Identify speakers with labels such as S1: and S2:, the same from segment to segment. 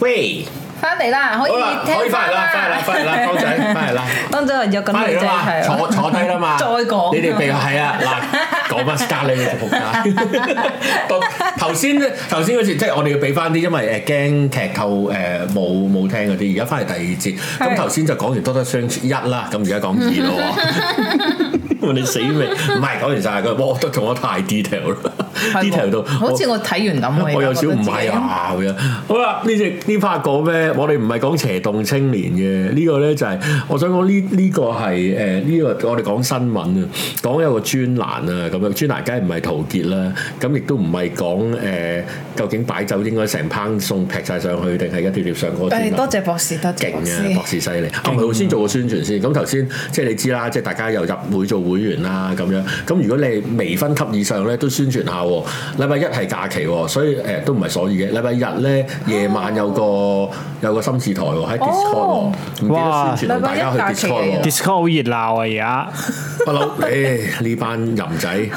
S1: 飛，
S2: 翻嚟啦，可
S1: 好啦，
S2: 以
S1: 可以
S2: 聽
S1: 翻嚟啦，翻嚟啦，翻嚟啦， 溝仔，翻嚟啦，
S2: 當咗人約
S1: 翻
S2: 緊
S1: 嚟
S2: 女仔
S1: 啦嘛，
S2: 係啊
S1: 坐坐低啦 嘛，
S2: 再講
S1: 你哋避係啊， 嗱，講乜 scar 你哋仆 街，當頭先頭先嗰次即係我哋要俾翻啲，因為誒驚劇透誒冇冇聽嗰啲，而家翻嚟第二節，咁
S2: 係
S1: 頭先就講完多得相處一啦，咁而家講二咯 喎，你死未？唔係講完晒佢，哇，都同我太 detail 啦
S2: 係喎
S1: ，detail 到
S2: 好似我睇完咁喎
S1: 我有少唔
S2: 覺
S1: 係
S2: 得自己
S1: 啊咁樣。好啦，呢只呢 part 講咩？我哋唔係講斜動青年嘅，呢、個咧就係、我想講呢呢個係誒呢個我哋講新聞啊，講有個專欄啊咁樣，專欄梗係唔係陶傑啦，咁亦都唔係講誒究竟擺酒應該成烹餸劈晒上去定係一條條上嗰啊條
S2: 誒
S1: 啦
S2: 多謝博士，多謝
S1: 勁
S2: 博士
S1: 啊！，博士犀利。啊，唔係我先做個宣傳先。咁頭先即係你知啦，即係大家又入會做會員啦咁樣。咁如果你係微分級以上咧，都宣傳下喎。禮拜一係假期喎，所以誒、呃都唔係所以嘅。禮拜日咧夜晚有個有個心事台喎，喺 Discord 喎，
S2: 哦
S1: 唔記
S3: 哇
S1: 得宣傳同大家去
S2: 禮拜一假期
S1: Discord
S2: 嚟
S1: 喎
S2: 嘅。
S3: Discord 好熱鬧啊！
S1: 不 嬲，誒呢班淫仔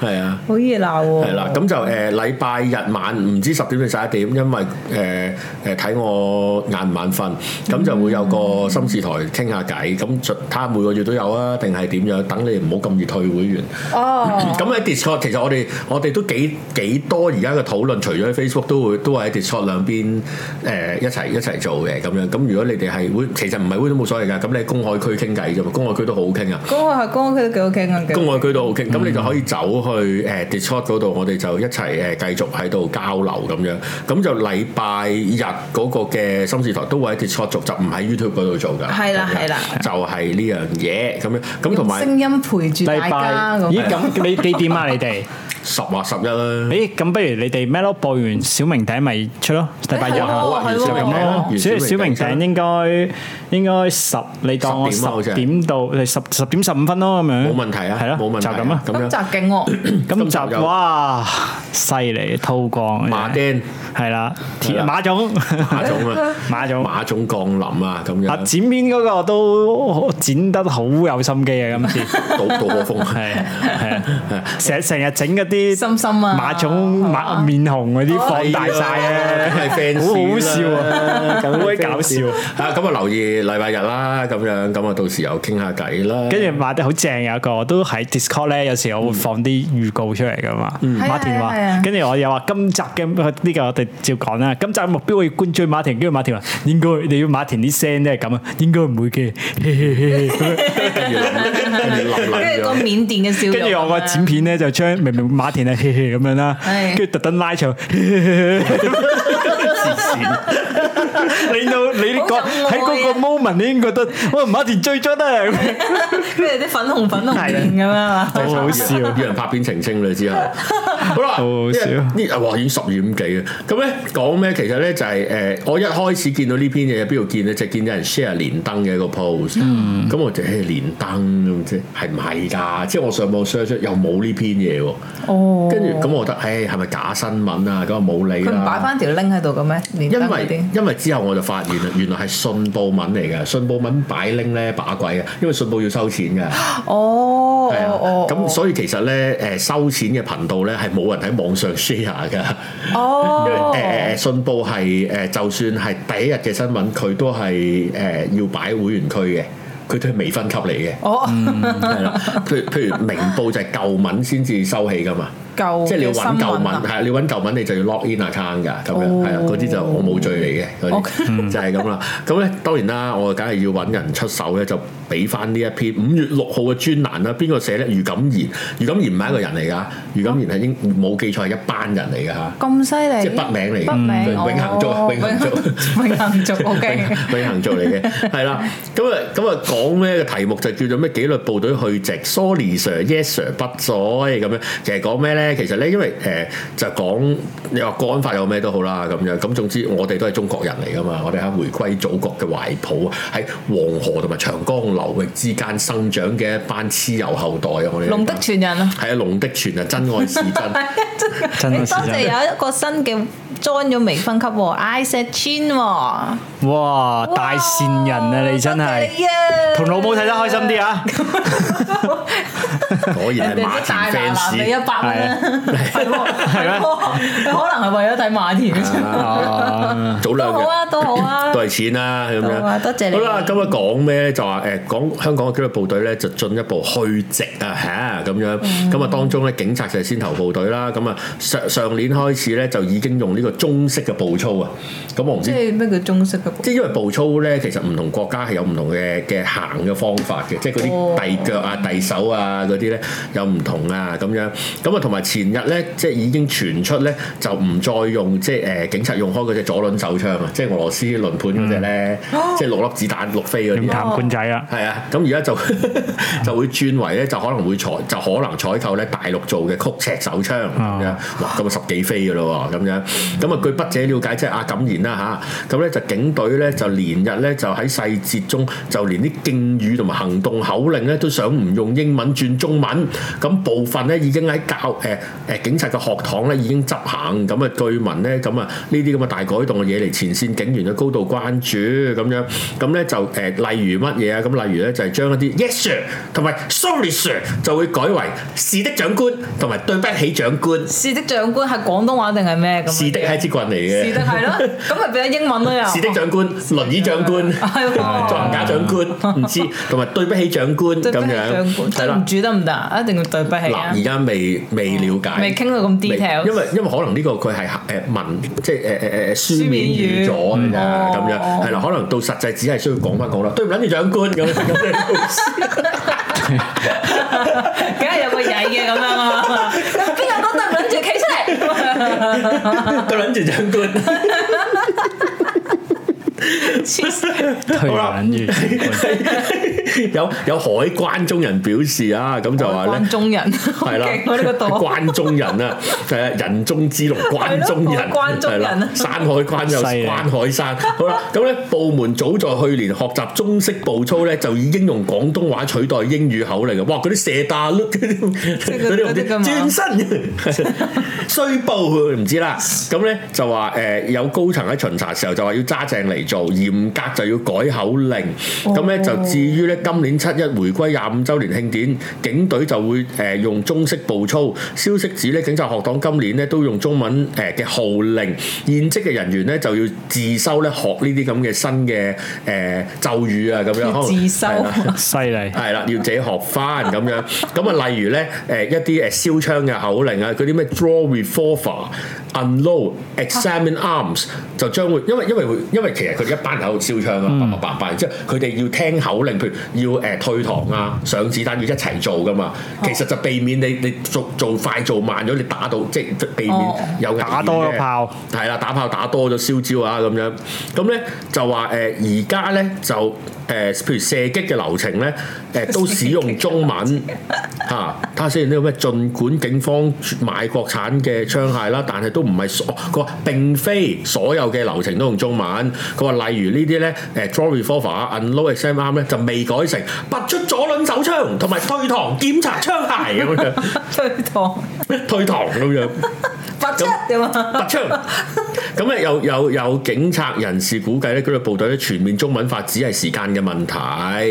S1: 係啊！
S2: 好熱鬧喎，
S1: 係啦，咁就誒禮拜日晚唔知十點定十一點，因為誒誒睇我眼唔眼瞓，咁就會有個心事台傾下偈，咁就睇下每個月都有啊，定係點樣？等你唔好咁易退會員。
S2: 哦，
S1: 咁喺 Discord 其實我哋我哋都幾幾多而家嘅討論，除咗喺 Facebook 都會都係喺 Discord 兩邊誒、呃一齊一齊做嘅咁樣。咁如果你哋係會，其實唔係會都冇所謂㗎。咁你喺公海區傾偈啫嘛，公海區都好好傾啊。
S2: 公開係公開區都幾好傾啊，幾好
S1: 公外區都 OK，咁你就可以走去誒 Discord 嗰度，我哋就一齊誒繼續喺度交流咁樣。咁就禮拜日嗰個嘅心事台都會喺 Discord 做，就唔喺 YouTube 嗰度做㗎。
S2: 係啦
S1: 咁樣
S2: 係啦
S1: 就係呢樣嘢咁樣。咁同
S2: 用
S1: 埋
S2: 聲音陪住
S3: 禮
S2: 大家
S3: 拜
S2: 咁
S3: 咦
S2: 樣，
S3: 咁你你點啊？你哋
S1: 十或十一啦。
S3: 咦咁不如你哋咩咯？播完小明頂咪出咯，禮拜日
S2: 係
S3: 啊
S2: 喎。
S1: 啊，
S2: 哦係喎
S1: 小明頂
S3: 咁
S1: 啦
S3: 咯，所以小明頂應該應該十，你當
S1: 10
S3: 我
S1: 點
S3: 十
S1: 啊好似係
S3: 點到十十點十五分咯，咁樣
S1: 冇問題啊，
S3: 係咯，
S1: 冇問題
S3: 就咁啊。
S1: 咁
S2: 今集
S1: 樣
S2: 勁喎，
S1: 今
S3: 今
S1: 集
S3: 集
S1: 有
S3: 哇，犀利，韜光
S1: 馬釘
S3: 係啦，
S1: 係啦
S3: 馬總
S1: 馬總啊，
S3: 馬總
S1: 馬總降臨啊，咁
S3: 啊
S1: 樣
S3: 剪片嗰個都剪得好有心機啊！今次
S1: 倒倒火風。
S3: 係係啊成成日整嗰啲
S2: 心心啊
S3: 馬總馬面紅嗰啲放大晒啊！
S1: 係 fans
S3: 好好笑啊
S1: 咁
S3: 好鬼搞笑
S1: 啊！咁啊留意禮拜日啦，咁樣咁啊到時又傾下偈啦。
S3: 跟住馬得好正有一個，我都喺 Discord 咧，有時我會放啲預告出嚟噶嘛。馬田
S2: 係啊
S3: 話
S2: 係啊，
S3: 跟住我又話今集嘅呢個我哋照講啦。今集嘅目標我要灌醉馬田，跟住馬田話應該你要馬田啲聲都係咁啊，應該唔會嘅。嘿嘿嘿嘿
S1: 跟住諗，跟住諗 諗
S2: 跟住個
S1: 咗。
S2: 緬甸嘅笑容啊，
S3: 跟住我個 剪片咧就將明明馬田係嘿嘿咁樣啦
S2: 係，
S3: 跟住特登拉長，令到你
S2: 好
S3: 個
S2: 有愛啊
S3: 喺嗰個 moment 你已經覺得哇馬田醉咗啦，
S2: 跟住啲粉紅粉紅面咁樣啊，
S3: 好好笑。
S1: 要人拍片澄清啦之 後，好啦，
S3: 好好笑
S1: 呢呢哇已經十二點幾啦。咁咧講咩？其實咧就係、誒、我一開始見到呢篇嘢，邊度見咧？就見有人 share 連登嘅一個 post，咁、
S3: 嗯
S1: 我就誒連登咁啫，係唔係㗎？即係我上網 search 又冇呢篇嘢喎。
S2: 哦，
S1: 跟住咁，我覺得，誒係咪假新聞啊？咁啊冇理
S2: 佢唔擺
S1: 啦。
S2: 翻條 link 喺度嘅咩？連
S1: 因
S2: 登嗰啲
S1: 為。因為之後我就發現啦，原來係信報文嚟嘅，信報文擺拎咧把鬼嘅，因為信報要收錢嘅，
S2: 哦，
S1: 係啊
S2: 哦，
S1: 咁所以其實咧誒收錢嘅頻道咧係冇人喺網上 share 㗎，因為
S2: 哦，
S1: 誒誒信報係誒就算係第一日嘅新聞，佢都係誒要擺會員區嘅，佢都係微分級嚟 嘅，
S2: 哦，
S1: 係啦，譬如譬如明報就係舊文先至收起㗎嘛。
S2: 舊
S1: 即係你要揾舊文，
S2: 啊，
S1: 係你揾舊文，你就要 log in account 㗎，咁樣
S2: 哦
S1: 係啊，嗰啲就我冇罪嚟嘅，嗰
S2: OK
S1: 啲 就係咁啦。咁咧當然啦，我梗係要揾人出手咧，就俾翻呢一篇五月六號嘅專欄啦。邊個寫咧？余錦賢，余錦
S2: 嗯
S1: 賢唔係一個人嚟㗎，余錦賢係應冇記錯係一班人嚟㗎嚇，
S2: 咁犀利，
S1: 即係筆名嚟
S2: 筆名，
S1: 嘅，永恆族，
S2: 哦
S1: 永恆族。
S2: 永恆族，OK，
S1: 永永恆做嚟嘅，係啦。咁啊，咁啊，講咩嘅題目就叫做咩？紀律部隊去籍，sorry sir，yes sir 不在咁樣。其實講咩咧？其實咧，因為誒、呃就講你話國安法有咩都好啦，咁樣。咁總之我哋都係中國人嚟噶嘛，我哋喺回歸祖國嘅懷抱，啊喺黃河同埋長江流域之間生長嘅一班蚩尤後代啊！我哋
S2: 龍的傳人啊，
S1: 係啊，龍的傳啊，真愛是 真。
S3: 真係
S2: 多謝有一個新嘅 join 咗微分級喎，Isaac Chin 喎，
S3: 哇大善人啊你真
S2: 多謝
S3: 係
S2: 你啊
S3: à? 同老母睇得開心啲啊！
S1: 果然係
S2: 人哋
S1: 馬
S2: 啲大
S1: 田
S2: 拿拿俾一
S1: fans。
S2: 百蚊啦，係喎
S3: 係咩
S2: 係喎佢可能係為咗睇馬田 嘅啫。
S3: 哦，
S1: 早兩
S2: 都好
S1: 日
S2: 啊，都好啊
S1: 都。係錢啦咁
S2: 好啊
S1: 樣。
S2: 多謝你
S1: 好啦，今日講咩咧？就話誒講香港嘅紀律部隊咧，就進一步去籍啊嚇咁樣。
S2: 嗯
S1: 咁啊當中咧，警察就係先頭部隊啦。咁啊上上年開始咧，就已經用呢個中式嘅步操啊。咁我唔知
S2: 即。係咩叫中式嘅步？
S1: 即係因為步操咧，其實唔同國家係有唔同嘅嘅行嘅方法嘅，即係嗰啲
S2: 哦
S1: 遞腳啊、遞手啊嗰啲咧有唔同啊咁樣。咁啊，同埋前日咧，即係已經傳出咧，就唔再用即係誒、呃警察用開嗰隻左輪手槍啊，即係俄羅斯輪盤嗰隻咧，即係六粒子彈六飛嗰
S3: 用
S1: 啲啊。
S3: 痰罐仔啊，
S1: 係啊，咁而家就 就會轉為咧，就可能會採就可能採購咧大陸做嘅曲尺手槍咁樣，哇！咁啊十幾飛嘅咯喎，咁樣咁啊據筆者了解，即係阿錦賢啦吓，咁咧就警隊咧就連日咧就喺細節中就連啲敬語同埋行動口令咧都想唔用英文轉中文，咁部分咧已經喺教誒誒、呃警察嘅學堂咧已經執行，咁啊據聞咧咁啊呢啲咁嘅大改動啊惹嚟前線警員嘅高度關注咁樣，咁咧就誒、呃例如乜嘢啊？咁例如咧就係將一啲 yes sir 同埋 sorry sir 就會改為是的長官 同埋對不起長官，
S2: 是的長官係廣東話定係咩咁樣？啊
S1: 是的係一支棍嚟
S2: 是
S1: 嘅，
S2: 的係咯，咁咪變咗英文咯又。
S1: 是的長 官、輪椅長官、
S2: 係 喎
S1: 作人家長 官唔知，同埋對不起長官咁
S2: 對不起長
S1: 樣，
S2: 官，對唔住得唔得啊？一定要對不起啊哦
S1: 嗱，！而家未未了解，
S2: 未傾到咁
S1: 未
S2: detail，
S1: 因為因為可能呢個佢係誒文，即係誒誒誒書面語咗㗎咋
S2: 書面語
S1: 咁樣，
S2: 哦
S1: 係啦，可能到實際只係需要講翻講啦，對唔撚住長官咁 樣 咁樣冇事
S2: 梗係有個曳嘅咁樣啊嘛，邊有講對唔住企出嚟？
S1: 對撚住長官，
S2: 黐線
S3: 推撚住，
S1: 有有海關中人表示啊，咁 就話咧
S2: 關。中人，好
S1: 係啦
S2: 勁，啊喎呢個度。
S1: 關中人 啊，係啊，人中之龍，關中人，
S2: 係咯關中人啊
S1: 係啦山海關有
S3: 犀利
S1: 關海山，好啦，咁咧部門早在去年學習中式步操咧，就已經用廣東話取代英語口令嘅，啊哇！嗰啲射大碌嗰啲，
S2: 係
S1: 嗰啲唔知
S2: 嗰啲咁啊
S1: 轉 身衰步唔知啦，咁咧就話誒有高層喺巡查時候就話要揸正嚟做，嚴格就要改口令，
S2: 哦
S1: 咁咧就至於咧今年七一回歸廿五週年慶典，警隊就會誒、呃用中式步操。消息指咧，警察學堂今年咧都用中文誒嘅號令，現職嘅人員咧就要自修咧學呢啲咁嘅新嘅誒、呃咒語啊咁樣，可
S2: 要
S1: 能
S2: 自修
S1: 係啦
S3: 犀利，
S1: 係啦，要自己學翻咁樣。咁啊，例如咧，誒一啲誒燒槍嘅口令啊，嗰啲咩 draw revolver、unload、examine arms，就將會因為因為會因為其實佢哋一班人喺度燒槍啊，
S3: 嗯
S1: 叭叭叭叭，即係佢哋要聽口令，譬如要誒退堂啊、上子彈要一齊做噶
S3: 哦
S1: 嘛。其實就避免你你做做快做慢咗，你打到即係避免
S2: 哦
S1: 有危險
S3: 打多
S1: 啫
S3: 個炮。
S1: 係啦，打炮打多咗燒焦啊咁樣，咁咧就話誒而家咧就誒、呃譬如射擊嘅流程咧誒、呃都使用中文嚇，睇下先呢個咩？儘管警方買國產嘅槍械啦，但係都唔係所佢話並非所有嘅流程都用中文。佢話例如呢啲咧誒 draw revolver 啊、unload exam arm 咧就未改成拔出左輪手槍同埋退堂檢查槍械咁樣，
S2: 推搪
S1: 退堂咁樣。
S2: 發出
S1: 咁
S2: 㗎嘛，
S1: 拔槍。咁咧有有有警察人士估計咧，紀律部隊咧全面中文化只係時間嘅問題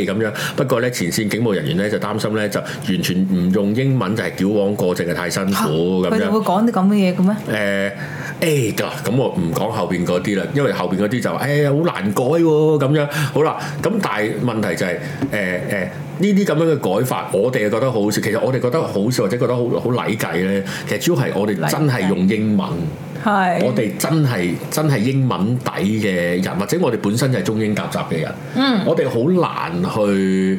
S1: 咁樣。不過咧，前線警務人員咧就擔心咧，就完全唔用英文就係矯枉過正嘅太辛苦咁
S2: 佢哋會
S1: 樣。
S2: 講啲咁嘅嘢嘅咩？
S1: 誒 A 㗎，咁我唔講後邊嗰啲啦，因為後邊嗰啲就誒好難改喎咁樣。好啦，咁但係問題就係誒誒呢啲咁樣嘅改法，我哋係覺得好笑。其實我哋覺得好笑或者覺得好好禮計咧，其實主要係我哋真係用英文。
S2: 係
S1: 我哋真係真係英文底嘅人，或者我哋本身就係中英夾雜嘅人，
S2: 嗯
S1: 我哋好難去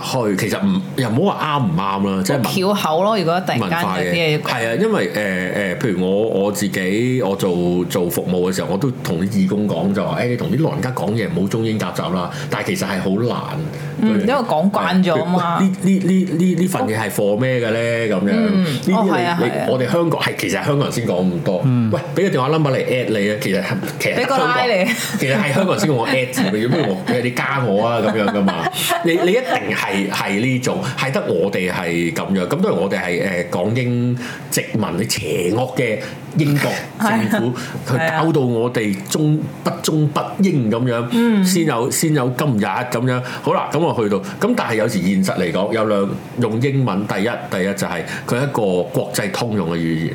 S1: 去，其實唔又唔好話啱唔啱啦，即係文
S2: 翹口咯。如果突然
S1: 文
S2: 間
S1: 化
S2: 有啲
S1: 嘅，
S2: 嘢要講，
S1: 係啊，因為誒誒、呃呃譬如我我自己我做做服務嘅時候，我都同啲義工講就話，誒、你同啲老人家講嘢唔好中英夾雜啦，但係其實係好難，
S2: 嗯因為講慣咗啊嘛哦
S1: 呢呢呢呢呢份嘢係 for 咩嘅咧？咁樣
S2: 嗯
S1: 呢啲
S2: 哦
S1: 你
S2: 係啊係啊
S1: 你我哋香港係其實係香港人先講咁多，喂，俾個電話 number 嚟 at 你啊，其實係其實
S2: 俾個
S1: 香港
S2: line 你
S1: 其實係香港人先用我 at 字嘅，不如我你加我啊咁樣噶嘛？你你一定係係呢種，係得我哋係咁樣。咁當然我哋係誒港英殖民你邪惡嘅英國政府佢
S2: 係啊
S1: 搞到我哋中不中不英咁
S3: 嗯
S1: 樣，先有先有今日咁樣。好啦，咁我去到咁，但係有時現實嚟講，有兩用英文，第一第一就係佢一個國際通用嘅語言。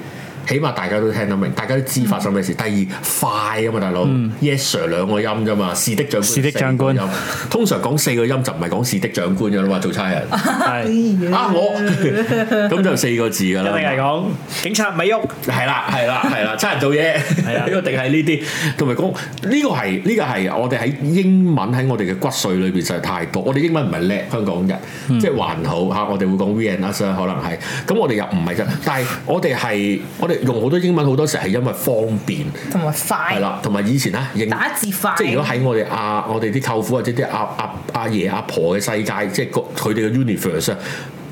S1: 起碼大家都聽得明，大家都知發生咩
S3: 嗯
S1: 事。第二快啊嘛，大佬、y e s sir 兩個音啫嘛，是的長官，
S3: 是的長官
S1: 四個音通常講四個音就唔係講是的長官嘅啦嘛，做差 人啊
S3: 係
S1: 我咁就四個字㗎
S3: 一定
S1: 啦。
S3: 係講警察咪喐，
S1: 係啦，係啦，係啦，差人做嘢，
S3: 係 啊
S1: 呢個定係呢啲，同埋講呢個係呢個係我哋喺英文喺我哋嘅骨髓裏邊實在太多。我哋英文唔係叻，香港人、
S3: 嗯
S1: 即係還好嚇，我哋會講 we and us 啦可能係咁我哋又唔係啫，但係我哋係我哋用好多英文好多時係因為方便
S2: 同埋
S1: 係
S2: 快，
S1: 啦，同埋以前咧啊認
S2: 打字快，
S1: 即係如果喺我哋阿我哋啲舅父或者啲阿阿阿爺阿婆嘅世界，即係個佢哋嘅 universe 啊，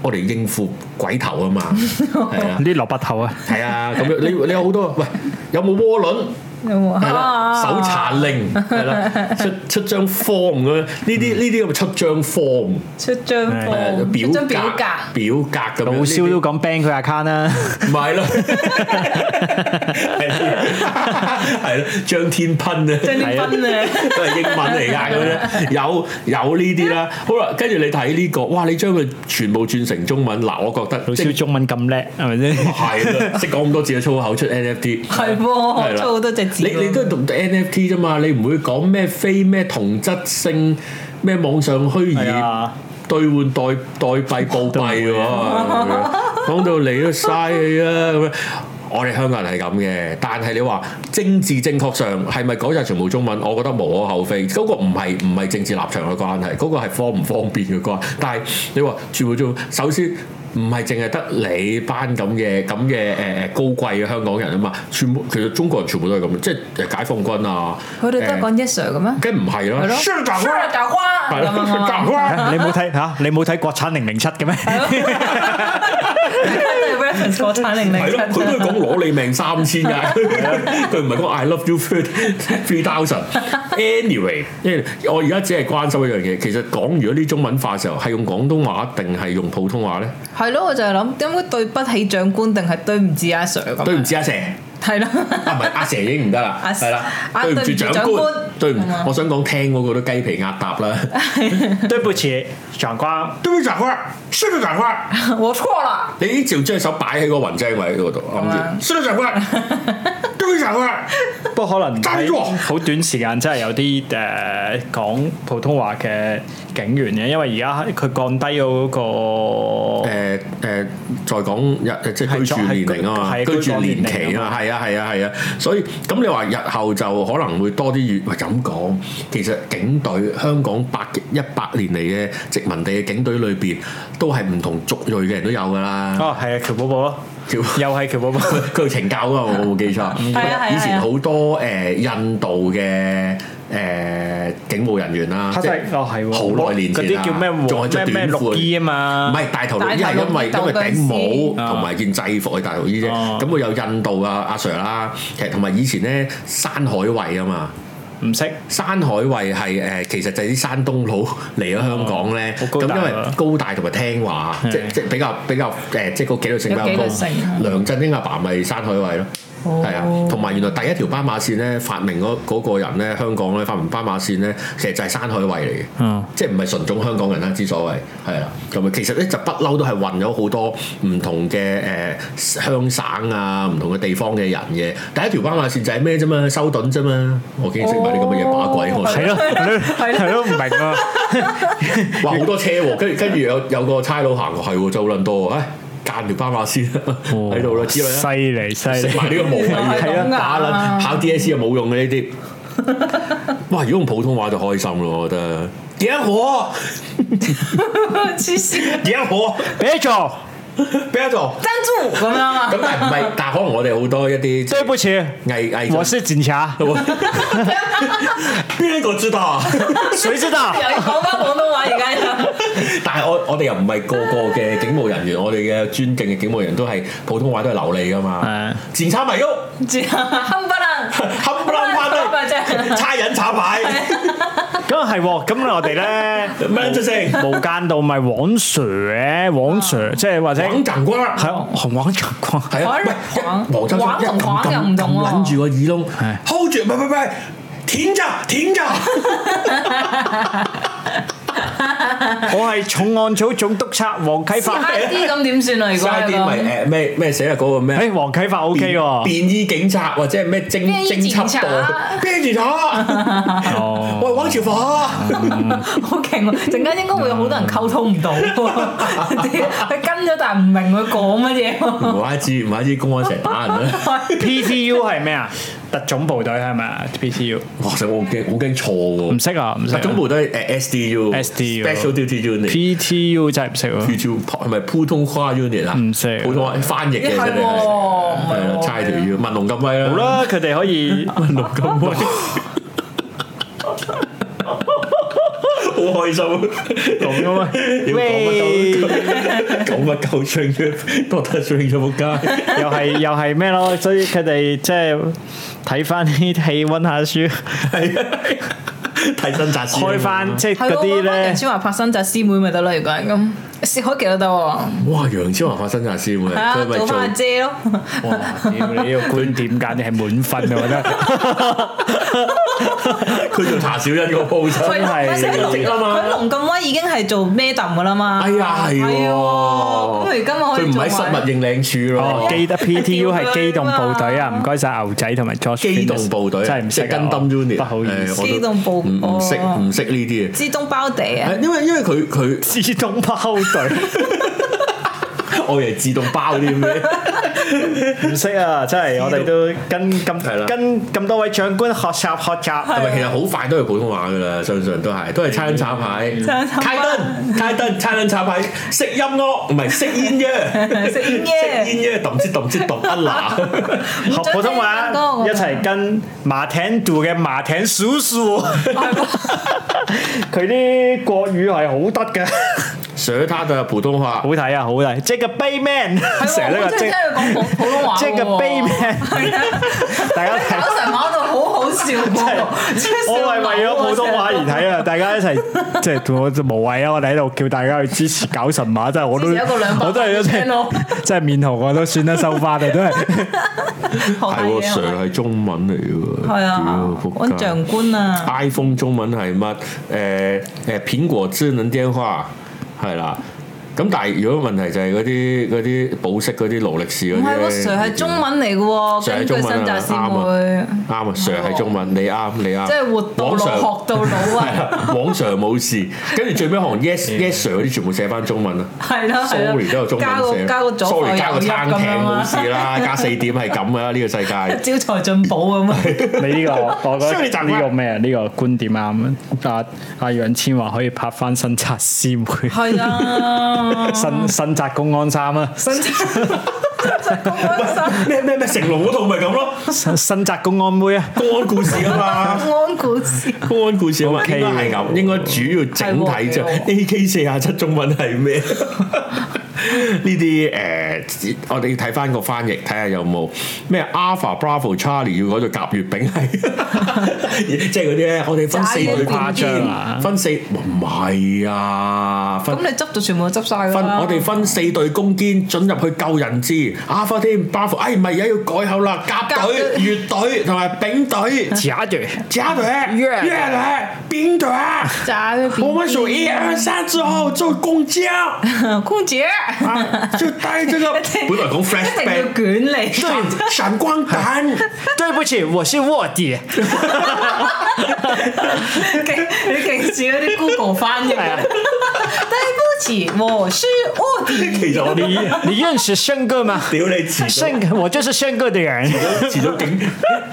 S1: 我哋應付鬼頭啊嘛，係啊。
S3: 啲蘿蔔頭啊！
S1: 係啊，咁樣你你有好多喂，有冇窩輪？
S2: 有冇啊
S1: 係啦，搜查令係 啦，出出張 form 咁樣，呢啲
S2: 嗯
S1: 呢啲咁嘅出張 form，
S2: 出張
S1: 係啊
S2: 報，嗯出張表格，
S1: 表格咁樣，
S3: 老蕭都講 ban 佢 account 啦，
S1: 唔係咯，係啦係啦，啊張天噴啊，
S2: 張啲分啊，
S1: 都係英文嚟㗎咁樣，有有呢啲啦。好啦，跟住你睇呢個，哇！你將佢全部轉成中文，嗱，我覺得
S3: 老
S1: 即
S3: 蕭中文咁叻係咪先？
S1: 係啊啦，識講咁多字嘅粗口出 NFT，
S2: 係
S1: 係
S2: 喎，
S1: 啦
S2: 出好多隻字
S1: 你
S2: 喎，
S1: 你都係讀 NFT 啫嘛，你唔會講咩非咩同質性咩網上虛擬
S3: 係啊
S1: 兑換代代幣報
S3: 都唔
S1: 幣
S3: 會
S1: 喎，講到你都嘥氣啦咁樣。我哋香港人係咁嘅，但係你話政治正確上係咪改晒全部中文？我覺得無可厚非，嗰、個唔係唔係政治立場嘅關係，嗰、個係方唔方便嘅關係。但係你話全部中文，首先唔係淨係得你班咁嘅咁嘅誒誒高貴嘅香港人啊嘛，全部其實中國人全部都係咁，即係解放軍啊，
S2: 佢哋都係
S1: 誒
S2: 講 yes sir 嘅咩？
S1: 梗唔係
S2: 係
S1: 啦，
S2: 咯，
S1: 香港人
S2: 大花
S1: 係
S2: 咁樣
S1: 啦，
S2: 啊
S1: 香
S2: 嘛，
S1: 港人
S3: 你冇睇嚇？你冇睇國產零零七嘅咩？
S2: 네,都係 reference 國產零零
S1: 係
S2: 七
S1: 咯，佢都係講攞你命三千㗎，佢唔係講 I love you three three thousand。Anyway，因為我而家只係關心一樣嘢，其實講如果呢中文化嘅時候係用廣東話定係用普通話咧？
S2: 係咯，我就係諗，點解對不起長官定係對唔住阿 Sir 咁？
S1: 對唔，住阿蛇，
S2: 係咯。
S1: 啊唔係阿蛇已經唔得啦，
S2: 阿
S1: 係啦，
S2: 啊
S1: 對唔住
S2: 對唔住
S1: 長
S2: 長
S1: 官
S2: 官，
S1: 對唔
S2: 係嘛，
S1: 我想講聽嗰個都雞皮鴨搭啦，
S3: 對不起，長官。
S1: 對唔住長官，輸咗長官，
S2: 我錯啦，
S1: 你已經照將手擺喺個雲漿位嗰度，諗
S2: 咁樣
S1: 住輸咗長官，對唔住長官。
S3: 不過可能
S1: 加油
S3: 喺好短時間真係有啲誒、呃、講普通話嘅警員嘅，因為而家佢降低咗嗰、個。
S1: 誒誒，再講日即係居住年齡啊嘛，
S3: 哦係
S1: 居
S3: 居
S1: 住
S3: 住
S1: 年
S3: 年
S1: 期
S3: 齡
S1: 啊
S3: 啊
S1: 嘛，係啊係啊係啊，所以咁你話日後就可能會多啲粵，喂咁講，其實警隊香港百一百年嚟嘅殖民地嘅警隊裏邊，都係唔同族裔嘅人都有㗎啦。
S3: 哦，係啊，喬寶寶咯，
S1: 喬
S3: 又係喬寶寶，
S1: 佢佢懲教啊，我冇記錯。
S2: 係啊係啊
S1: 以前
S2: 係啊
S1: 好多誒印度嘅誒警務人員啦，
S3: 黑
S1: 即
S3: 西
S1: 係
S3: 哦係喎，
S1: 好耐年前
S3: 嗰
S1: 啦
S3: 啲叫咩
S1: 仲係
S3: 黃
S1: 着
S3: 咩咩
S1: 短
S3: 綠
S1: 褲
S3: 衣啊
S1: 唔
S3: 嘛，
S1: 係大頭佬，因
S2: 大
S1: 係
S2: 頭佬
S1: 因為因為頂帽同埋件制服係大頭衣啫。
S3: 哦
S1: 咁佢有印度啊阿 Sir 啦，其實同埋以前咧山海衞啊嘛，
S3: 唔識
S1: 山海衞係誒其實就係啲山東佬嚟咗香港咧，
S3: 哦
S1: 咁
S3: 好高大
S1: 因為
S3: 啊
S1: 高大同埋聽話，
S3: 係
S1: 即即比較比較誒即個紀律性比較
S2: 有紀
S1: 高
S2: 律性。
S1: 梁振英阿爸咪山海衞咯。
S2: 哦
S1: 係啊， 同埋原來第一條斑馬線咧，發明嗰嗰個人咧，香港咧發明斑馬線咧，其實就係山海衞嚟嘅。
S3: 嗯
S1: 即係唔係純種香港人啦，之所謂係啦，咁啊，其實咧就不嬲都係混咗好多唔同嘅誒、鄉省啊，唔同嘅地方嘅人嘅。第一條斑馬線就係咩啫嘛，修頓啫嘛，我竟然識埋啲咁嘅嘢把鬼我，
S3: 哦係咯
S2: 係咯
S3: 係咯，唔明啊，
S1: 哇好多車喎、跟住跟住有有個差佬行過去喎，就好撚多喎，唉間條斑馬線 喺
S3: 哦
S1: 度啦，之類啦，
S3: 犀利犀
S1: 食
S3: 利，
S1: 埋呢個無謂嘢，
S2: 係
S1: 係
S2: 咁㗎
S1: 啊，打撚考 DSE 又冇用嘅呢啲。 哇！如果用普通話就開心咯，我覺得。點火？
S2: 黐線，
S1: 點火？
S3: 別做，
S1: 邊一度？
S2: 珍珠咁樣啊
S1: 咁，但係唔係，但係可能我哋好多一啲
S3: 對不起，
S1: 藝藝
S3: 我是警察，
S1: 邊一個知道啊？
S3: 誰知道
S2: 又？要講翻廣東話而家又，
S1: 但係我我哋又唔係個個嘅警務人員，我哋嘅尊敬嘅警務人都係普通話都係流利噶嘛
S3: 係。
S1: 前差 迷喐，
S2: 唔知啊，冚唪唥
S1: 冚唪唥翻
S2: 咪啫
S1: 都差人查牌，
S3: 咁係喎，咁我哋咧
S1: 咩啫先？
S3: 無間道咪王 Sir 嘅，王 Sir 即係或者
S1: 講
S3: 係
S1: 緊瓜啦，
S3: 啊紅黃長光，
S1: 係啊，
S2: 玩
S1: 喂黃
S2: 玩
S1: 秋生
S2: 玩
S1: 一
S2: 同
S1: 撳
S2: 玩又
S1: 撳
S2: 唔同
S1: 撳
S2: 喎
S1: 撚住個耳窿
S3: 係
S1: ，hold 住，唔係唔係唔係，舔咋舔 咋，
S3: 我係重案組總督察黃啟
S2: 試
S3: 發
S2: 下。啲咁點算啊？如果
S1: 嘥
S2: 係
S1: 啲
S2: 咁，
S1: 咪誒咩咩寫啊嗰個咩？
S3: 誒黃啟發哎 OK
S1: 便
S3: 喎，
S1: 便衣警察或者係咩偵
S2: 便衣
S1: 偵
S2: 警
S1: 緝
S2: 察
S1: 部，便衣 警察，
S3: 哦
S1: 喂，汪兆 華，
S2: 好勁喎！陣間應該會有好多人溝通唔到喎，佢跟咗但係唔明佢講乜嘢喎。
S1: 唔怪之唔怪之公安成日啊打人啦，
S3: PTU 係咩啊？特種部隊係咪啊？PTU
S1: 哇！成我好驚，好驚錯
S3: 唔
S1: 喎。
S3: 識啊，唔識
S1: 特
S3: 啊。
S1: 種部都係誒 SDU、
S3: SDU
S1: Special Duty Unit、
S3: PTU 真係唔識喎。
S1: PTU 係咪普通話 unit 啊？
S3: 唔識
S1: 普通話翻譯嘅
S2: 咦
S1: 真
S2: 係喎，
S1: 係。
S2: 唔
S1: 係啦，
S2: 係
S1: 猜條
S2: 喎。
S1: 腰，文龍咁威啦，
S3: 好，啦，佢哋可以 啊錄咁
S1: 好開心，
S3: 咁嘅咩？
S1: 要啊
S3: 喂，
S1: 講乜夠 train 咗，多得 train 咗仆街，
S3: 又係又係咩咯？所以佢哋即係睇翻啲戲，温下書，
S1: 係啊，睇真扎師，
S3: 開翻，即係
S2: 係
S3: 嗰
S2: 喎，
S3: 啲
S2: 幫
S3: 咧
S2: 楊。千嬅拍新紮師妹咪得咯，如果係咁，薛凱琪都得喎，
S1: 哇！楊千嬅發真扎師妹，
S2: 係啊，
S1: 佢咪
S2: 做
S1: 做
S2: 翻阿姐咯，
S3: 哇！屌哦你呢個觀點簡直係滿分啊！我 覺得。
S1: 佢做查小欣個啊 pose，
S3: 真係
S1: 直啦嘛
S2: 佢龍咁威已經係做 madam 噶啦嘛，
S1: 哎呀係喎，
S2: 喎，咁佢而家咪可
S1: 佢
S2: 以
S1: 唔
S2: 做
S1: 喺失物
S2: 埋
S1: 認領處
S3: 哦，
S1: 咯。
S3: 記得 PTU 係機動部隊
S2: 啊
S3: 啊！唔該晒牛仔同埋 Josh。
S1: 機動部隊啊
S3: 啊真係唔識
S1: 即係跟 d u m unit，
S3: 不好意
S1: 誒
S3: 思。
S1: 我都
S2: 機動部
S1: 唔唔識
S2: 哦
S1: 唔識呢啲
S2: 知東包地啊，
S1: 嘅，因為因為佢佢
S3: 自動包隊
S1: 我以為自動包啲 咩，
S2: 啊
S3: 唔識啊！真係我哋都跟
S1: 係啦
S3: 咁跟咁多位長官學習學習。
S1: 係咪其實好快都係普通話噶啦？相信都係，都係差撚插牌。
S2: 差撚插牌
S1: 開燈，開燈，差撚插牌，識音樂，唔係識煙啫，
S2: 食煙
S1: 識
S2: 嘅，
S1: 煙啫，揼支揼支揼一 嗱。
S3: 學普通話
S2: 唔準聽歌
S3: 一齊跟馬艇度嘅馬艇叔叔， 佢啲國語係好得嘅，
S1: 水他就係普通話
S3: 好，睇啊好睇！即個 Bayman
S2: 係
S3: 成日
S2: 喎，
S3: 都
S2: 我真係聽佢
S3: 話即
S2: 講普普通話
S3: 即個
S2: 喎
S3: Bayman，
S2: 係啊，
S3: 大家睇。
S2: 搞成晚度好好笑喎，真係
S3: 我係為
S2: 笑
S3: 咗
S2: 到
S3: 普通話而睇啊！大家一齊即係我無謂啊！我哋喺度叫大家去支持搞神馬，真係我都
S2: 支持一個兩百
S3: 我都係即
S2: 聽咯
S3: 係即係面紅我都算啦，收翻啦都係。
S2: 學下
S1: 係喎
S2: 嘢
S1: ，Sir 係中文嚟嘅喎。
S2: 啊係
S1: 屌，
S2: 啊揾
S1: 仆街
S2: 象官啊，
S1: iPhone 中文係乜？誒誒，蘋果智能電話係啦。咁但係如果問題就係嗰啲嗰啲保釋嗰啲勞力士嗰
S2: 唔
S1: 啲
S2: 係
S1: 咧，
S2: 喎，Sir 係中文嚟嘅喎，
S1: Sir 係
S2: 根據
S1: 中
S2: 新
S1: 文啊
S2: 紮師妹。
S1: 啱啊，Sir 係中文，你啱你啱，
S2: 即係活到
S1: 往
S2: 老
S1: 常
S2: 學到
S1: 係
S2: 老 啊！
S1: 啊，往常冇事，跟住最尾行 yes yes sir 嗰啲全部寫翻中文啊。
S2: 係咯係
S1: sorry 都有
S2: 咯，
S1: 中文
S2: 加個
S1: 寫
S2: 加個左手
S1: ，sorry 加個
S2: 右一
S1: 餐
S2: 咁
S1: 艇
S2: 樣啊
S1: 冇
S2: 啦，
S1: 事啦，加四點係咁噶啦，呢個世界。
S2: 招財進寶 咁啊！
S3: 你呢個我
S1: 所以你
S3: 覺
S1: 習
S3: 得
S1: 慣
S3: 呢個咩啊？呢個觀點啱啊！阿楊千嬅可以拍翻新紮師 妹，
S2: 係啊，
S3: 新新紮公安衫啊，
S2: 新新公安 生
S1: 咩咩咩成龍嗰套咪咁咯，
S3: 新新紮公安妹啊！
S1: 公安故事啊嘛。
S2: 公安故事，
S1: 公安故事啊嘛，應
S3: OK
S1: 該係咁，應該主要整體就
S2: 係喎係
S1: AK 四廿七中文係咩？呢啲誒，我哋要睇翻個翻譯，睇下有冇咩 Alpha Bravo Charlie 要嗰度夾月餅係， 即係嗰啲咧，我哋分四
S2: 炸嘢
S1: 隊
S2: 誇
S3: 張啊
S1: 分四唔係啊，分
S2: 咁你執就全部執晒㗎
S1: 分
S2: 啦。
S1: 我哋分四隊攻堅進入去救人質，Alpha Team Bravo，哎唔係而家要改口啦，甲
S2: 甲
S1: 隊、
S2: 隊
S1: 乙隊同埋丙隊。
S3: 假如
S1: 甲隊、
S2: 月
S1: 月隊、丙隊。
S2: 炸佢邊
S1: 我们数一二 三之后就公交，
S2: 空姐，
S1: 啊，就带这 个
S2: 定
S1: 本来讲
S2: 一定要
S1: flashback
S2: 捲你，
S1: 闪闪光弹，
S3: 對不起，我是卧底。
S2: 勁你勁似嗰啲 Google 翻譯
S3: 係啊
S2: 啊！對不起，我是卧底。
S1: 其實我哋
S3: 你你認識勝哥嗎？
S1: 屌你 遲
S3: 勝，我就是勝哥的人。
S1: 早遲早警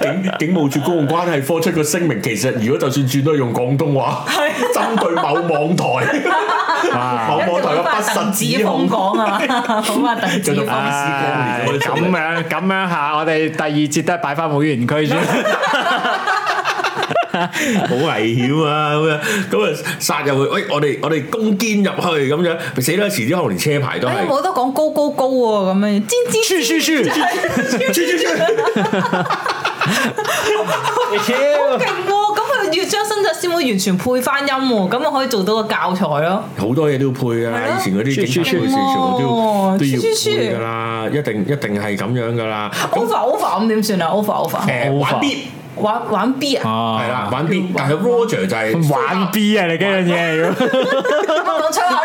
S1: 警警務處公共關係科出個聲明，其實如果就算轉都係用廣東話，針對某網台，啊某網台嘅不實指控，
S2: 講啊，好啊，鄧
S1: 叫做
S2: 子峰。
S1: 巴
S3: 唉
S1: 士光
S3: 咁
S1: 年
S3: 樣咁樣下，我哋第二節都係擺翻會員 區先。
S1: 好危險啊！咁樣咁啊殺入去，喂我哋我哋攻堅入去咁樣，死啦！遲啲可能連車牌都
S2: 哎
S1: 係。
S2: 冇得講高高高喎，咁樣尖尖
S3: 噓噓噓
S1: 去去去
S2: 勁喎，咁佢要將新紮師妹完全配翻音喎，咁我可以做到個教材咯。
S1: 好多嘢都要配
S2: 係
S1: 啊！
S2: 咯
S1: 以前嗰啲警察
S3: 輸輸輸
S1: 故事全部都要
S2: 哦
S1: 都要
S2: 輸輸輸
S1: 配噶啦，一定一定係咁樣噶啦。咁
S2: over over 咁點算啊？over over
S1: 誒玩 B
S2: 玩玩 B 啊？
S1: 係
S3: 啊，
S1: 啦，玩 B，但係 Roger 就係
S3: 玩 B 啊，你嗰樣嘢係咁
S2: 講出口，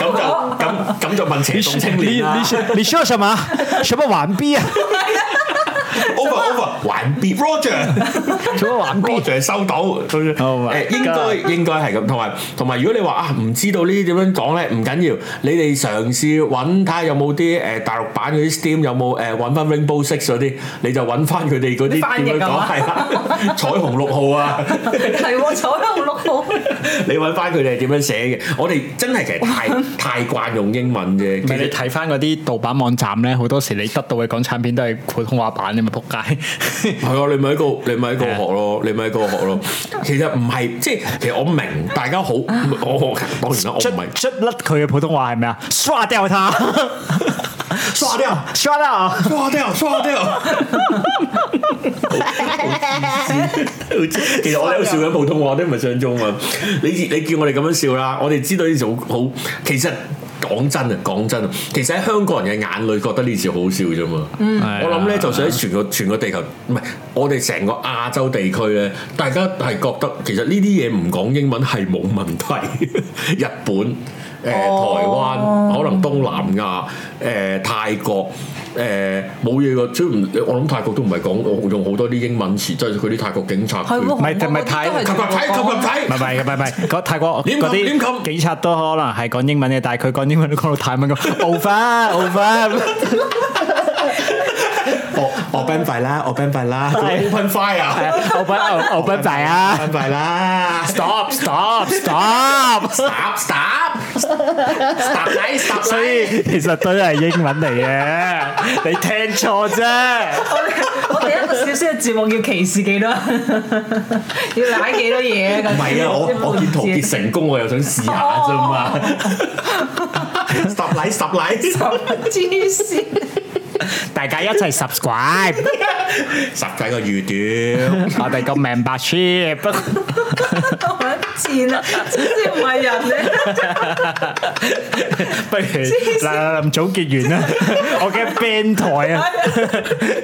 S1: 誒咁就咁咁就問邪動青
S3: 你
S1: 年啦
S3: 你你說什麼？什麼玩 B 啊？
S1: ，over over 還別 Roger。
S3: 做乜玩 B？
S1: Roger 收到，佢
S3: Oh my
S1: 誒應該應該係咁，同埋同埋如果你話啊唔知道呢啲點樣講咧，唔緊要，你哋嘗試揾睇下有冇啲誒大陸版嗰啲 Steam 有冇誒揾翻 Rainbow Six 嗰啲，你就揾翻佢哋嗰啲
S2: 啲翻譯
S1: 點樣
S2: 啊
S1: 講
S2: 嘛
S1: 係啦，彩虹六號啊，
S2: 係喎，坐喺度六號。
S1: 你揾翻佢哋係點樣寫嘅？我哋真係其實太太慣用英文啫，
S3: 唔
S1: 其
S3: 係你
S1: 實
S3: 睇翻嗰啲盜版網站咧，好多時你得到嘅港產片都係普通話版，你咪仆 街。
S1: 係啊，你咪喺個你咪喺個學咯，你咪喺個學咯。其實唔係，即係其實我明大家好，我我當然啦，我唔
S3: 捽
S1: 係。
S3: 捽甩佢嘅普通話係咩啊？刷掉他，
S1: 刷掉
S3: 刷掉。
S1: 刷掉， 刷掉。好黐線其實我哋喺度笑緊普通話，我哋唔係上中文。你你叫我哋咁樣笑啦，我哋知道呢件事好好。其實講真啊，講真啊，其實喺香港人嘅眼裏覺得呢件事好好笑啫嘛。我諗咧，就算喺全個全個地球，唔係我哋成個亞洲地區咧，大家係覺得其實呢啲嘢唔講英文係冇問題。日本、誒、台灣、可能東南亞、誒、泰國。誒冇嘢㗎，即係唔我諗泰國都唔係講用好多啲英文詞，即係佢啲泰國警察。
S2: 係喎，
S3: 唔係唔係太
S1: 及及睇，及
S3: 唔係唔係唔係唔係，嗰泰國
S1: 亂撳
S3: 嗰
S1: 亂撳
S3: 啲警察都可能係講英文嘅，但係佢講英文都講到泰文咁 over over，
S1: 及睇。我我 b 費啦，我 b 費啦
S3: 係
S1: ，open fire
S3: 係
S1: 啊
S3: 啊，over over 大啊
S1: ，open fire 啦
S3: à. ，stop stop stop，
S1: ，stop stop stop 嚟 stop
S3: 所以其實都係英文嚟嘅，你聽錯啫。
S2: 我哋一個小小嘅節目要歧視幾多， 要奶幾多嘢
S1: 唔係啊！我我見陶傑成功，我又想試下
S2: 哦
S1: 啫嘛。十禮十禮
S2: 黐線，
S3: 大家一齊 subscribe，
S1: 十計個魚 屌，
S3: 我哋個 membership
S2: 我一賤啊！黐線唔 係人咧，
S3: 不如嗱嗱臨總結完啦，我嘅 band 台啊，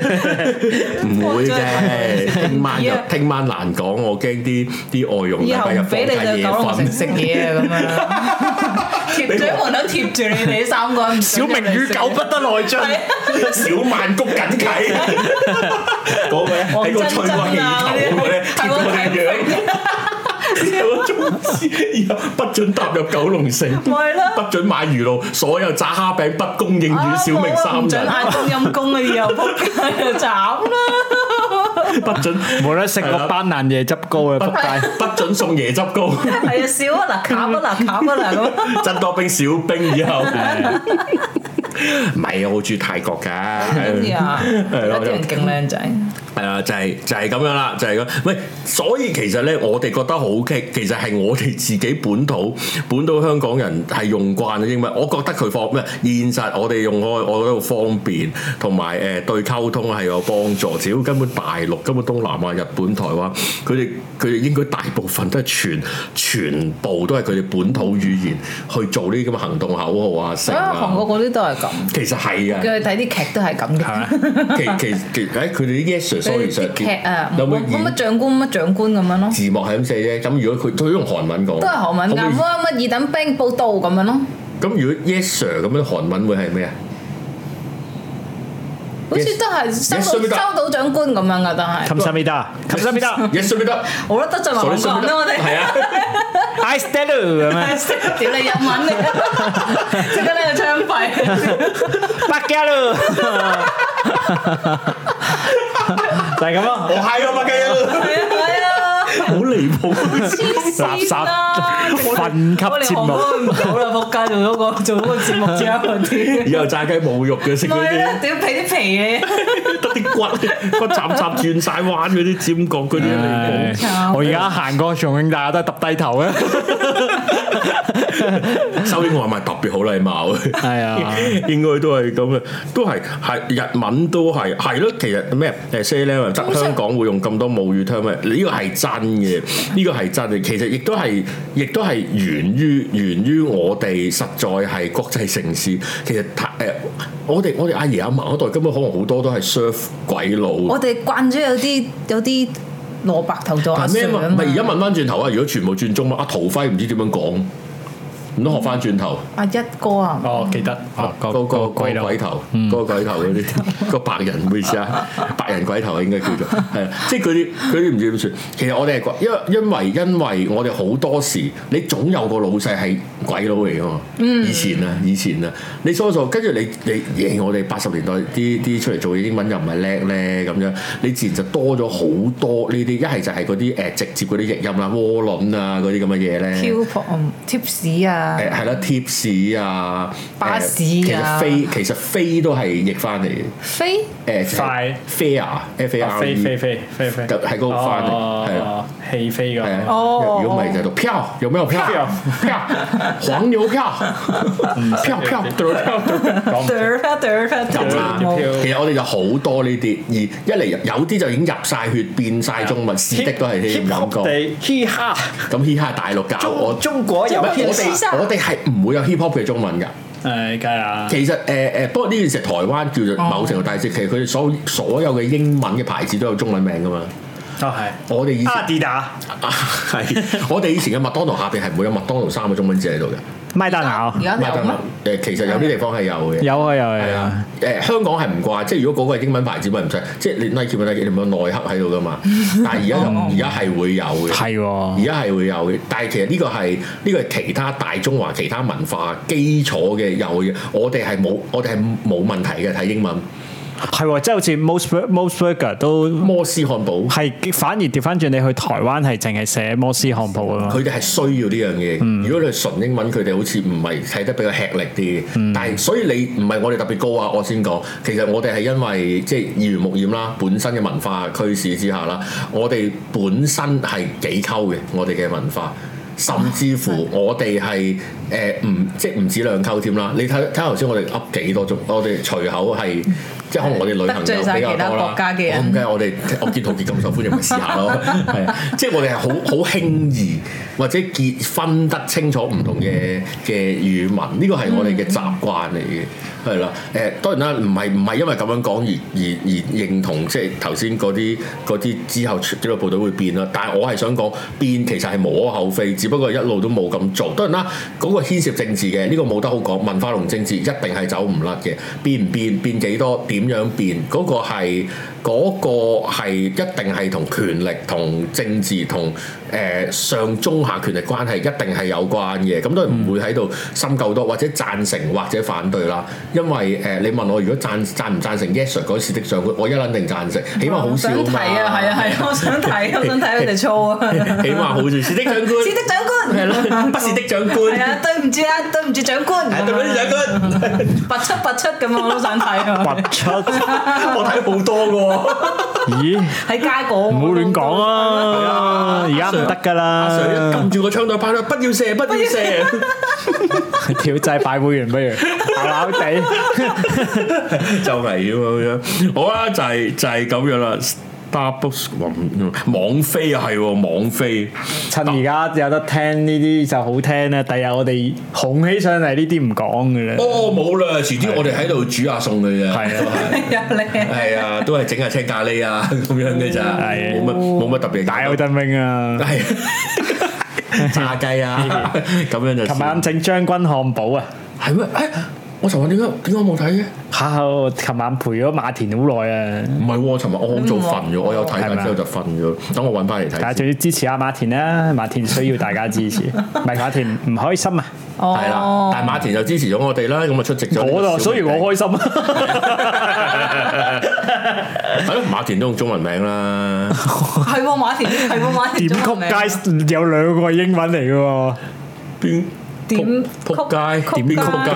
S1: 唔會嘅。聽晚又
S2: 魚啊
S1: 聽晚難講，我驚啲啲外傭
S2: 以
S1: 禮
S2: 後
S1: 拜日
S2: 唔
S1: 放
S2: 俾你
S1: 假
S2: 去
S1: 夜
S2: 九龍城食
S1: 瞓。
S2: 嘢啊咁樣，貼住喺門口貼住你哋三個人，
S3: 小明與狗不得內進。
S2: 係啊
S1: 小曼谷緊啟， 嗰個咧喺個吹個氣
S2: 啊
S1: 球嗰個咧，貼我哋樣。有個宗旨，以後不准踏入九龍城，
S2: 咪啦
S1: 不准買魚露，所有炸蝦餅不供應與小明
S2: 唔
S1: 三
S2: 準
S1: 人。
S2: 嗌中陰公啊！以後仆街就慘啦，啊
S1: 不准
S3: 冇得食個班蘭椰汁糕啊！仆街，
S1: 不准送椰汁糕，
S2: 係啊，少啊嗱，減啊嗱，減啊嗱咁。
S1: 真多冰小冰以後。 唔係啊，我好中意泰 國㗎，
S2: 中意啊！
S1: 係咯
S2: 一啲人勁靚仔，
S1: 係啊，就係就係咁樣啦，就係咁。喂，所以其實咧，我哋覺得好棘，其實係我哋自己本土本土香港人係用慣嘅英文。我覺得佢方咩現實，我哋用開，我覺得好方便，同埋誒對溝通係有幫助。只要根本大陸、根本東南亞、日本、台灣，佢哋佢哋應該大部分都係全全部都係佢哋本土語言去做呢啲咁嘅行動口號啊，成
S2: 啊！韓
S1: 啊。
S2: 國嗰啲都係咁，
S1: 其實係啊嘅。
S2: 佢睇啲劇都係咁嘅。
S1: 其其其誒，佢哋啲 yes sir sorry
S2: 佢
S1: sir
S2: 啲劇啊，
S1: 有
S2: 乜
S1: 冇演
S2: 乜長官乜長官咁樣咯，
S1: 字幕係咁寫啫。咁如果佢佢用韓文講，
S2: 都係韓文
S1: 可唔
S2: 㗎。
S1: 可以
S2: 乜乜二等兵報道咁樣咯，
S1: 咁如果 yes sir 咁樣韓文會係咩啊？
S2: 好似都係收
S1: Yes，
S2: 到收到長官咁樣㗎，但係
S3: 冚心咪得，冚啊心咪得
S1: yes sir 得
S2: 好啦，得罪埋
S1: ，sorry
S2: 韓國
S1: sir
S2: 人啦，我哋
S1: 係啊，
S3: ，I stand you 咁樣，
S2: 屌你日文嚟，即刻喺度槍斃。
S3: 百家咯，就係咁咯。
S1: 我係啊，麥雞啊，
S2: 係啊，
S1: 好離譜。
S2: 黐
S3: 垃
S2: 線啦！
S3: 圾分級
S2: 我哋
S3: 節
S2: 韓
S3: 目，
S2: 國唔到啦，仆街做咗個做咗個節目之後啲。
S1: 以後炸雞冇肉嘅，食嗰
S2: 咪啦
S1: 啲，
S2: 屌俾啲皮你，
S1: 得啲骨骨斬斬轉晒彎嗰啲尖角嗰啲嚟講。
S3: 我而家行過重慶大家都係揼低頭啊！
S1: 收英文咪特別好禮貌。
S3: 係啊，
S1: 應該都係咁嘅，都係係日文都係係咯。其實咩誒 say 咧，即係香港會用咁多母語 term 嘅，呢個係真嘅，呢個係真嘅。其實亦都係，亦都係源於源於我哋實在係國際城市。其實太誒，我哋我哋阿爺阿嫲嗰代根本可能好多都係 serve 鬼佬。
S2: 我哋慣咗有啲有啲蘿蔔頭做阿
S1: 係咩
S2: Sir
S1: 嘛？
S2: 啊
S1: 咪
S2: 嘛，
S1: 而家問翻轉頭啊！如果全部轉中文，阿陶輝唔知點樣講，唔通學翻轉頭？
S2: 阿一哥啊，
S3: 哦，記得哦，
S1: 嗰個個鬼頭，嗯嗰個鬼頭嗰啲， 個白人，唔好意思 啊，白人鬼頭應該叫做係啦，啊即係佢啲佢啲唔知點算。其實我哋係鬼，因為因為因為我哋好多時，你總有個老細係鬼佬嚟噶嘛。以前啊，以前啊，你所數跟住你你耶，我哋八十年代啲啲出嚟做嘢英文又唔係叻咧咁樣，你自然就多咗好多呢啲，一係就係嗰啲誒直接嗰啲譯音啦、窩輪啊嗰啲咁嘅嘢咧。
S2: 漂泊嗯 ừ, tips à? 啊，
S1: 誒係啦，tips 啊，
S2: 巴士
S1: 誒其實
S2: 啊
S1: 飛其實飛都係譯翻嚟嘅，
S2: 飛
S1: 誒
S3: 快
S1: fair，f a r
S3: 啊飛
S1: e，
S3: 飛飛飛飛，
S1: 就喺嗰度翻嚟係啊
S3: 哦，戲飛
S1: 係
S3: 㗎，
S1: 啊，
S2: 哦
S1: 如果唔係就讀票，有沒有票？
S3: 票
S1: 票，黃牛票，票票對票對咁
S2: 哚啦哚啦哚
S3: 嗯 講唔出
S1: 啦
S2: 啦，
S3: 有
S2: 冇
S3: 票
S1: 其實我哋就好多呢啲，而一嚟有啲就已經入晒血變晒中文，是的都係呢種感覺。
S3: 地嘻哈，
S1: 咁嘻哈大陸搞啊我
S3: 中，中國有
S1: 唔係我
S2: hip hop
S1: 哋我哋係唔會有 hip hop 嘅中文㗎。
S3: 誒，梗係
S2: 啊
S3: 啦，
S1: 其實誒誒、呃不過呢件事係台灣叫做
S2: 哦
S1: 某程度大事，其實佢哋所有所有嘅英文嘅牌子都有中文名噶嘛。
S3: 都係
S1: 我哋以前
S3: 阿迪達、
S1: 啊 係， 我哋以前嘅麥當勞下邊係唔會有麥當勞三個中文字喺度嘅。
S3: 麥當
S2: 而
S3: 勞，
S2: 家
S1: 麥
S2: 有
S1: 當
S2: 咩？
S1: 勞誒，其實有啲地方係有嘅。
S3: 有啊有啊
S1: 係
S3: 有啊
S1: 啊，誒香港係唔掛，即係如果嗰個係英文牌子咪唔使，即係你 Nike 咪 Nike，你冇內核喺度噶 嘛。但係而家就而家係會有嘅。
S3: 哦係喎
S1: 而。家係會有嘅，但係其實呢個係呢個係其他大中華其他文化基礎嘅有嘅，我哋係冇我哋係冇問題嘅睇英文。
S3: 係喎，即係好似 most Bur- most burger 都
S1: 摩斯漢堡，
S3: 係反而調翻轉，你去台灣係淨係寫摩斯漢堡啊嘛，
S1: 佢哋係需要呢樣嘢。
S2: 嗯
S1: 如果你係純英文，佢哋好似唔係睇得比較吃力啲。
S2: 嗯
S1: 但係所以你唔係我哋特別高啊，我先講。其實我哋係因為即係耳濡目染啦，本身嘅文化驅使之下啦，我哋本身係幾溝嘅，我哋嘅文化。甚至
S2: 啊
S1: 乎我哋係誒唔即係唔止兩溝添啦！你睇睇頭先我哋噏幾多種，我哋隨口係即係可能我哋旅行
S2: 得罪
S1: 就
S2: 晒
S1: 比較
S2: 其他
S1: 多啦。
S2: 國家嘅人
S1: 我唔我哋我見陶傑咁受歡迎，咪試下咯。係啊，即係我哋係好好輕易或者結分得清楚唔同嘅嘅語文，呢個係我哋嘅習慣嚟嘅，係啦。誒當然啦，唔係唔係因為咁樣講而而而認同，即係頭先嗰啲嗰啲之後出呢個部隊會變啦。但係我係想講變其實係無可厚非，只不過一路都冇咁做。當然啦，嗰、個牽涉政治嘅呢、個冇得好講，文化同政治一定係走唔甩嘅。變唔變，變幾多，點樣變，嗰、個係。嗰個係一定係同權力、同政治、同誒、呃上中下權力關係一定係有關嘅，咁都唔會喺度深究多，或者贊成或者反對啦。因為誒、呃你問我如果贊贊唔贊成 yes sir 嗰時的上官，我一撚定贊成，起碼好
S2: 我
S1: 笑
S2: 想
S1: 啊
S2: 睇
S1: 嘛。
S2: 啊，係啊係啊，我想睇，我想睇佢哋操啊！
S1: 起碼好笑，是的上官，
S2: 是的長官，
S1: 係咯，不是的長官，
S2: 係啊，對唔住啊，對唔住長 官，
S1: 係對唔住長官，
S2: 拔出拔出咁我都想睇
S3: 拔
S2: 啊！
S3: 出，
S1: 我睇好多㗎喎。
S3: 咦？
S2: 喺街講，
S3: 唔
S2: 唔
S3: 好亂講！啊！而家唔得噶
S1: 阿 Sir 一
S3: 啦，
S1: 撳住個窗台拍啦，不要射，不要 射。
S3: 跳掣拜會員不如，咬咬地。
S1: 就危險啊咁樣。好啦，就係、就係、咁樣啦。Starbucks 網網飛啊，係喎網飛。
S3: 趁而家有得聽呢啲就好聽啦，第日我哋紅起上嚟呢啲唔講嘅啦。
S1: 哦，冇啦，遲啲我哋喺度煮下餸嘅啫。
S3: 係啊
S2: 又靚，
S1: 係啊，都係整下青咖喱 啊咁樣嘅咋，
S3: 係
S1: 冇乜冇乜特別。
S3: 大有得兵啊！
S1: 係炸雞啊， 咁樣就
S3: 琴晚整將軍漢堡啊！
S1: 係咩？誒，我尋晚點解點解我冇睇嘅？
S3: 嚇！我琴晚陪咗馬田好耐啊！
S1: 唔係喎，尋晚我好早瞓咗，我有睇，但之後就瞓咗。等我揾翻嚟
S3: 大家
S1: 嗯睇先。
S3: 仲要支持下馬田啦，馬田需要大家 支持，唔係馬田唔開心啊！
S2: 哦
S1: 係啦，但係馬田就支持咗我哋啦，咁啊出席咗呢個小
S3: 我就
S1: 明
S3: 所以我
S1: 頂
S3: 開心啊！
S1: 係咯，馬田都用中文名啦，
S2: 係喎馬田，係喎馬田
S3: 點曲
S2: 中文名，
S3: 街有兩個係英文嚟嘅喎，
S1: 邊
S2: 點
S1: 仆街
S2: 曲
S1: 點邊個仆街？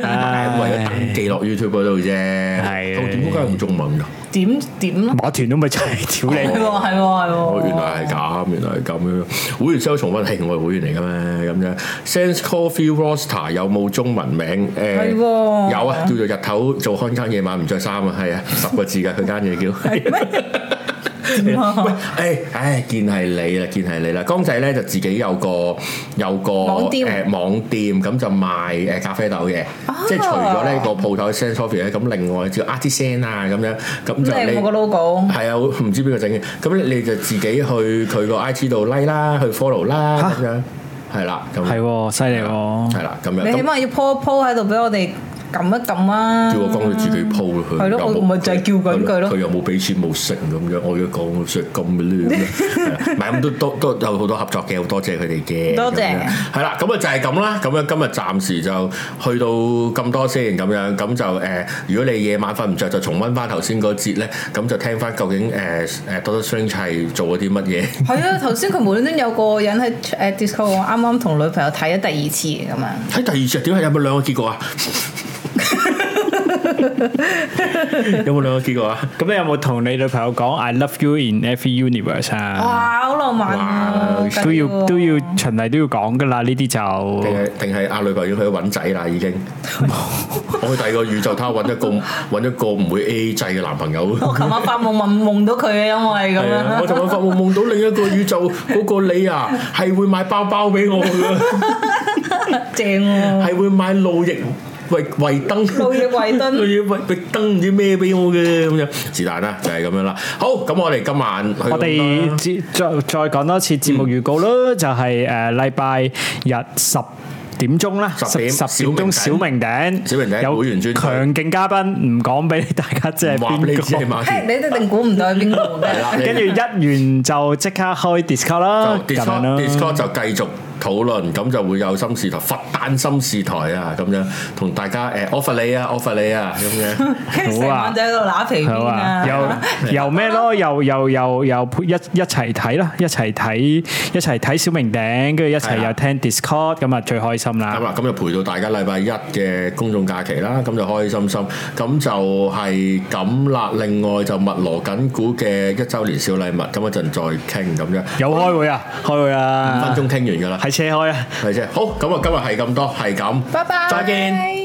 S1: 係為咗 登記落 YouTube 嗰度啫。
S3: 係
S1: 係點仆街用中文㗎？
S2: 點點咯，
S3: 馬團都咪就係屌
S2: 係喎係
S3: 你，
S2: 喎係
S1: 哦，
S2: 喎，
S1: 原來係咁，原來係咁樣。會員 sell 重溫係我係會員嚟㗎咩？咁樣 Sense Coffee Roaster 有冇中文名？誒
S2: 係喎
S1: 有啊，叫做日頭做看更，夜晚唔着衫啊，係啊，十個字㗎，佢間嘢叫。
S2: 點啊
S1: 喂，唉唉，見係你啦，見係你啦。江仔咧就自己有個有個
S2: 網店
S1: 誒網店，咁就賣誒咖啡豆嘅，即係除咗呢個鋪頭 Sense Coffee 咧，咁另外叫 Artisan 啊咁樣，咁
S2: 咁
S1: 就
S2: 靚
S1: 你
S2: 我個。logo，
S1: 係啊，唔知邊個整嘅，咁你就自己去佢個 I G 度 like 啦，去 follow 啦
S3: 吓
S1: 咁樣，係啦，咁
S3: 係喎，犀利喎。
S1: 係啦，咁樣
S2: 你
S1: 咁
S2: 起碼要 po 一 po 喺度俾我哋撳一撳啊！
S1: 叫我講佢自己 po 咯，佢
S2: 嗯係咯
S1: 有冇
S2: 我咪就係叫佢
S1: 係
S2: 佢咯
S1: 佢又冇俾錢冇成咁樣，我要講佢食咁亂，係啦 唔係咁都都都有好多合作嘅，好多謝佢哋嘅，
S2: 多
S1: 咁
S2: 謝
S1: 樣係啦，咁啊就係咁啦，咁樣今日暫時就去到咁多先，咁樣咁就誒，如果你夜晚瞓唔着，就重温翻頭先嗰節咧，咁就聽翻究竟誒誒 Doctor Strange 係做咗啲乜嘢。
S2: 係啊，頭先佢無端端有個人喺誒 Discord 話啱啱同女朋友睇咗第二次咁啊！
S1: 喺第二隻點係有冇兩個結 果啊？ 有冇兩個結果啊？
S3: 咁你有冇同你女朋友講 I love you in every universe 啊？
S2: 哇，好浪漫啊！
S1: 哇
S3: 都要
S2: 緊喎
S3: 都要循例都要講噶啦，呢啲就
S1: 定係定係阿女朋友去揾仔啦， 已經。我去第二個宇宙，睇下揾一 個揾一個唔會 A 制嘅男朋友。
S2: 我琴晚發夢夢夢到佢啊，因為咁
S1: 係啊！我
S2: 樣
S1: 尋晚發夢夢到另一個宇宙嗰個你啊，係會買包包俾我 嘅，
S2: 正喎。
S1: 係會買路易維維登。
S2: 路易
S1: 佢
S2: 維敦，
S1: 要喂逼燈唔知咩俾我嘅咁樣，是但啦，就係、咁樣啦。好，咁我哋今晚去
S3: 我
S1: 咁多
S3: 哋
S1: 啦
S3: 節再再講多次節目預告啦，就係誒禮拜日十點鐘啦，
S1: 10點
S3: 十點鐘
S1: 小
S3: 小
S1: 明
S3: 明頂，
S1: 小明頂
S3: 有
S1: 會員專區
S3: 強勁嘉賓，唔講俾大家知係
S1: 話俾你知係
S3: 邊個。
S1: 馬田
S2: 嘿，你一定估唔到係邊個
S1: 係
S2: 嘅。
S1: 啦，你
S3: 跟住一完就即刻開 Discord 啦，
S1: 就
S3: 咁樣啦
S1: Discord。Discord 就繼續討論，咁就會有心事台佛誕心事台啊，咁樣同大家誒 offer 你啊，offer 你啊，咁 樣
S2: 成晚就喺度揦皮
S3: 好
S2: 鞭
S3: 啊，
S2: 啊！
S3: 又又咩咯？又又又又一一齊睇啦，一齊睇一齊睇小明頂，跟住一齊
S1: 係啊
S3: 又聽 Discord，咁啊最開心
S1: 咁
S3: 啦！
S1: 啦，咁就陪到大家禮拜一嘅公眾假期啦，咁就開開心心，咁就係咁啦。另外就密羅緊股嘅一週年小禮物，咁一陣再傾咁樣，
S3: 有開會啊，開會啊，
S1: 五分鐘傾完㗎啦，
S3: 喺車開啊！
S1: 係啫。好，咁啊，今日係咁多，係咁，
S2: 拜拜，
S1: 再見。